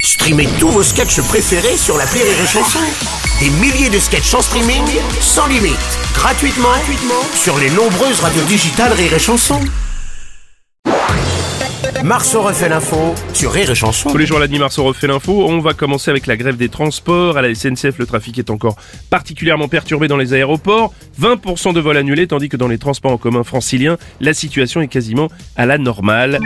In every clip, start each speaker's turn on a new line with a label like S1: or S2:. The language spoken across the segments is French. S1: Streamez tous vos sketchs préférés sur la Rire et Chanson. Des milliers de sketchs en streaming, sans limite, gratuitement, gratuitement sur les nombreuses radios digitales Rire et Chanson. Marceau refait l'info sur Rire et Chanson.
S2: Tous les jours à la demi-marceau refait l'info. On va commencer avec la grève des transports. À la SNCF, le trafic est encore particulièrement perturbé dans les aéroports. 20% de vols annulés, tandis que dans les transports en commun franciliens, la situation est quasiment à la normale.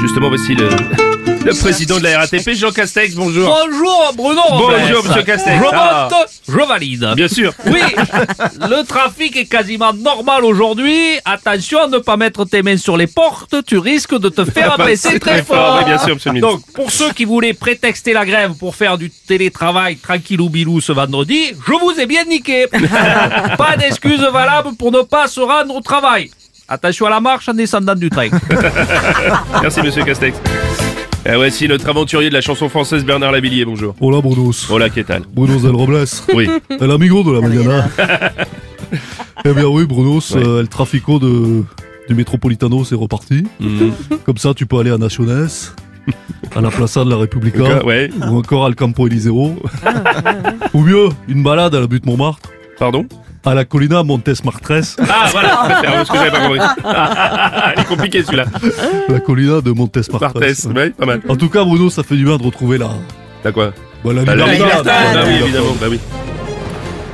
S2: Justement, voici le, le président de la RATP, Jean Castex. Bonjour.
S3: Bonjour Bruno
S2: Bonjour,
S3: Robles.
S2: monsieur Castex.
S3: Je
S2: Ah.
S3: vote, je valide.
S2: Bien sûr.
S3: Oui, ah, le trafic est quasiment normal aujourd'hui. Attention à ne pas mettre tes mains sur les portes, tu risques de te faire
S2: Enfin,
S3: abaisser
S2: c'est très
S3: très,
S2: fort. Oui, bien sûr, monsieur le ministre.
S3: Donc, pour ceux qui voulaient prétexter la grève pour faire du télétravail tranquille ou bilou ce vendredi, je vous ai bien niqué. pas d'excuse valable pour ne pas se rendre au travail. Attention à la marche en descendant du train.
S2: Merci, monsieur Castex. Et voici notre aventurier de la chanson française, Bernard Lavillier. Bonjour.
S4: Hola Brunos.
S2: Hola, qu'est-ce que
S4: Brunos del Robles.
S2: Oui.
S4: El amigo de la mañana. eh bien oui Brunos,
S2: Ouais.
S4: euh, le trafico de, du Metropolitano c'est reparti.
S2: Mhm.
S4: Comme ça tu peux aller à Naciones, à la Plaza de la Repubblica,
S2: Euh, Ouais.
S4: ou encore al Campo Eliseo. ou mieux, une balade à la butte Montmartre,
S2: Pardon
S4: à la Colina Montes Martres,
S2: Ah, voilà. Parce que j'avais pas compris. Ah, Il est compliqué, celui-là.
S4: la Colina de Montes Martres.
S2: Barthès. Ouais, pas mal.
S4: En tout cas Bruno, ça fait du bien de retrouver la,
S2: T'as quoi
S4: bah, la
S2: Bah, la
S4: liberté.
S2: libertad, bah oui, évidemment, bah oui.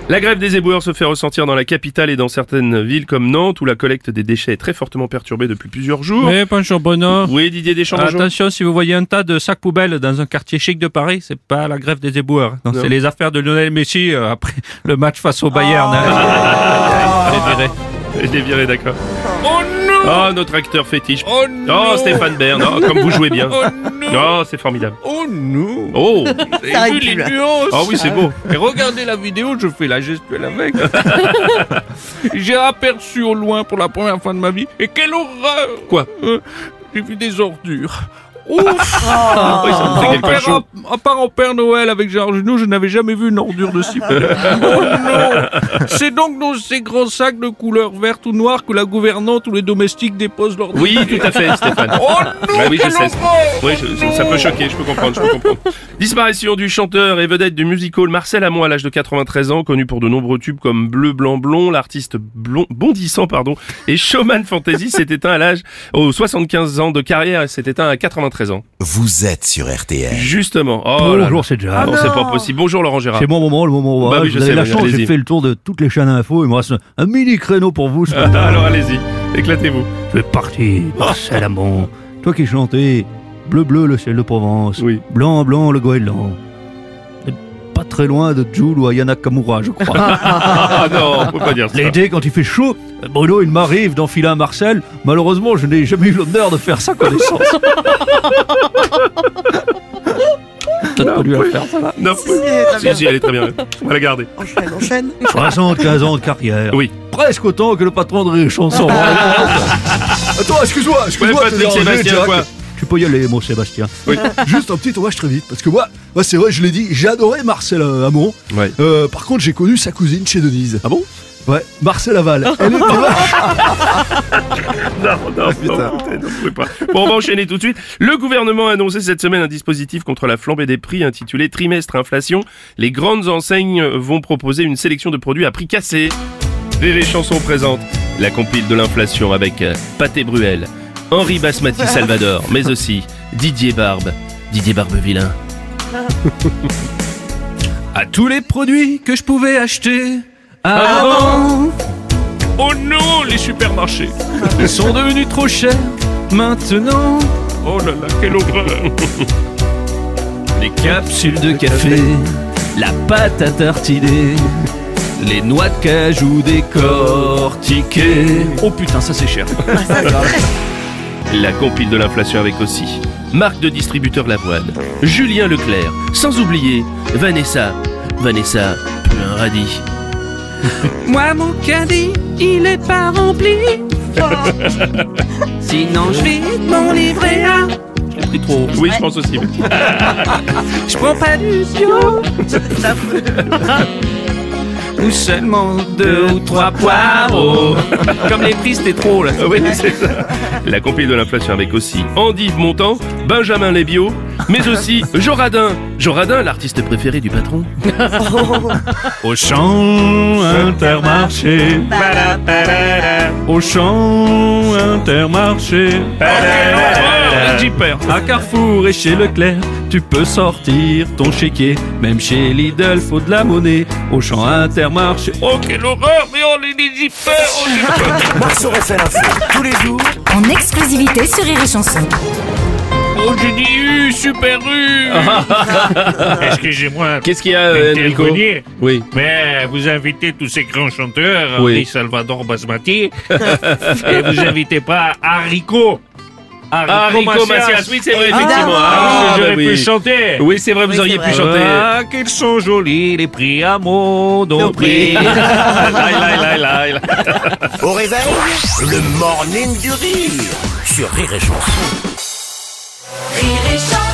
S2: La grève des éboueurs se fait ressentir dans la capitale et dans certaines villes comme Nantes où la collecte des déchets est très fortement perturbée depuis plusieurs jours.
S3: Oui, bonjour Bruno.
S2: Oui, Didier Deschamps, bonjour.
S3: Attention, si vous voyez un tas de sacs poubelles dans un quartier chic de Paris, c'est pas la grève des éboueurs. Non,
S2: Non.
S3: c'est les affaires de Lionel Messi euh, après le match face au Bayern.
S2: Ah.
S3: hein. Je dirais.
S2: Je l'ai viré, d'accord. Oh non Oh, notre acteur fétiche. Oh
S3: Ah.
S2: Stéphane Bern, oh, comme vous jouez bien. Oh c'est formidable.
S3: Oh Ah non
S2: Oh
S3: T'as vu les nuances
S2: Oh oui, c'est beau.
S3: Et regardez la vidéo, je fais la gestuelle avec. J'ai aperçu au loin pour la première fois de ma vie. Et quelle horreur
S2: Quoi
S3: Euh, J'ai vu des ordures. Ouf
S2: Oui, ça me fait
S3: Ah, En
S2: quelque
S3: père-
S2: chose.
S3: à, à part en Père Noël avec Gérard Genoux, je n'avais jamais vu une ordure de si peu. Oh non C'est donc dans ces grands sacs de couleur verte ou noire que la gouvernante ou les domestiques déposent leur...
S2: Oui, tout à fait, Stéphane.
S3: Oh non
S2: Bah oui, je
S3: quelle
S2: sais.
S3: horreur
S2: Oui, je- je- ça peut choquer, je peux comprendre, je peux comprendre. Disparition du chanteur et vedette du musical Marcel Amont à l'âge de 93 ans, connu pour de nombreux tubes comme Bleu, Blanc, Blond, l'artiste blond, bondissant, pardon, et Showman Fantasy s'est éteint à l'âge, aux 75 ans de carrière, et s'est éteint à 93 ans.
S5: Vous êtes sur RTL.
S2: Justement. Oh là là.
S6: Bonjour, c'est déjà.
S2: Non, c'est pas possible. Bonjour Laurent Gérard.
S6: C'est mon moment, le moment où
S2: Ah.
S6: hein,
S2: Bah oui, je
S6: vous avez
S2: sais,
S6: la
S2: bah,
S6: chance,
S2: allez-y.
S6: j'ai fait le tour de toutes les chaînes à info, il me reste un mini créneau pour vous. ce matin.
S2: Ah, Alors ah. allez-y, éclatez-vous.
S6: Je vais partir, Marcel Amont. Toi qui chantais Bleu bleu le ciel de Provence,
S2: Oui.
S6: Blanc blanc le goéland. Et Pas très loin de Jules ou Ayana Kamura, je crois.
S2: Ah non, on peut pas dire ça.
S6: L'été, quand il fait chaud, Bruno, il m'arrive d'enfiler un Marcel. Malheureusement, je n'ai jamais eu l'honneur de faire sa connaissance. Peut-être pas dû la faire.
S2: Non. Si, si, elle est très bien. On va la garder.
S6: 75 ans de carrière.
S2: Oui. Ah.
S6: Presque autant que le patron de Rire et Chanson.
S4: Attends, excuse-moi,
S2: Ouais,
S4: excuse-moi, de te
S2: Patrick
S4: déranger,
S2: Sébastien,
S4: Jack.
S2: quoi.
S6: Tu peux y aller, mon Sébastien.
S4: Euh, Juste un petit hommage très vite, parce que moi, moi, c'est vrai, je l'ai dit, j'ai adoré Marcel euh, Hamon.
S2: Ouais.
S4: Euh, par contre, j'ai connu sa cousine chez Denise.
S2: Ah bon
S4: Ouais, Marcel Aval. Elle était vache.
S2: Non, non, non, putain, non, je pouvais pas. Bon, on va enchaîner tout de suite. Le gouvernement a annoncé cette semaine un dispositif contre la flambée des prix intitulé Trimestre Inflation. Les grandes enseignes vont proposer une sélection de produits à prix cassé. Rire et chansons présente la compile de l'inflation avec euh, Pâté Bruel, Henri Basmati Salvador, mais aussi Didier Barbe, Didier Barbevillain.
S3: à tous les produits que je pouvais acheter
S2: Ah
S3: avant. Oh non, les supermarchés, ils sont devenus trop chers maintenant. Oh là là, quelle horreur. Les capsules de café, la pâte à tartiner, les noix de cajou décortiquées. Oh putain, ça c'est cher.
S2: La compile de l'inflation avec aussi marque de distributeur Lavoine, Julien Leclerc, sans oublier Vanessa, Vanessa, plus un radis.
S7: Moi mon caddie, il est pas rempli. Sinon je vide mon livret A.
S3: Je l'ai pris trop haut.
S2: Oui, je pense aussi.
S7: Je prends pas du bio. ou seulement deux ou trois poireaux. Comme les prix, c'était trop là.
S2: Ah Oui, c'est ça. La compil de l'inflation avec aussi Andive Montand, Benjamin Lébio, mais aussi Joradin. Joradin, l'artiste préféré du patron.
S6: Au champ intermarché. Au champ intermarché.
S7: Ah,
S2: Jeeper.
S6: À Carrefour et chez Leclerc, tu peux sortir ton chéquier. Même chez Lidl, faut de la monnaie. Au champ intermarché.
S2: Oh, quelle horreur, mais on est des jeepers, on est-
S1: Marceau refait l'info tous les jours
S8: En exclusivité sur Rire et Chanson.
S7: Oh, j'ai dit U, super U.
S9: Excusez-moi,
S2: Qu'est-ce qu'il y a, euh, Enrico
S9: intervenir,
S2: Oui.
S9: mais vous invitez tous ces grands chanteurs,
S2: Oui.
S9: Henri Salvador Basmati, et vous invitez pas Haricot.
S2: Enrico Ah, Macias, oui, c'est vrai, effectivement.
S9: Ah,
S2: Ah,
S9: j'aurais
S2: bah
S9: pu
S2: oui.
S9: chanter.
S2: Oui, c'est vrai, vous auriez pu chanter.
S9: Ah, qu'ils sont jolis, les prix à mon nom prix.
S1: Au réveil, le morning du rire sur Rire et Chanson.
S8: Rire et Chanson.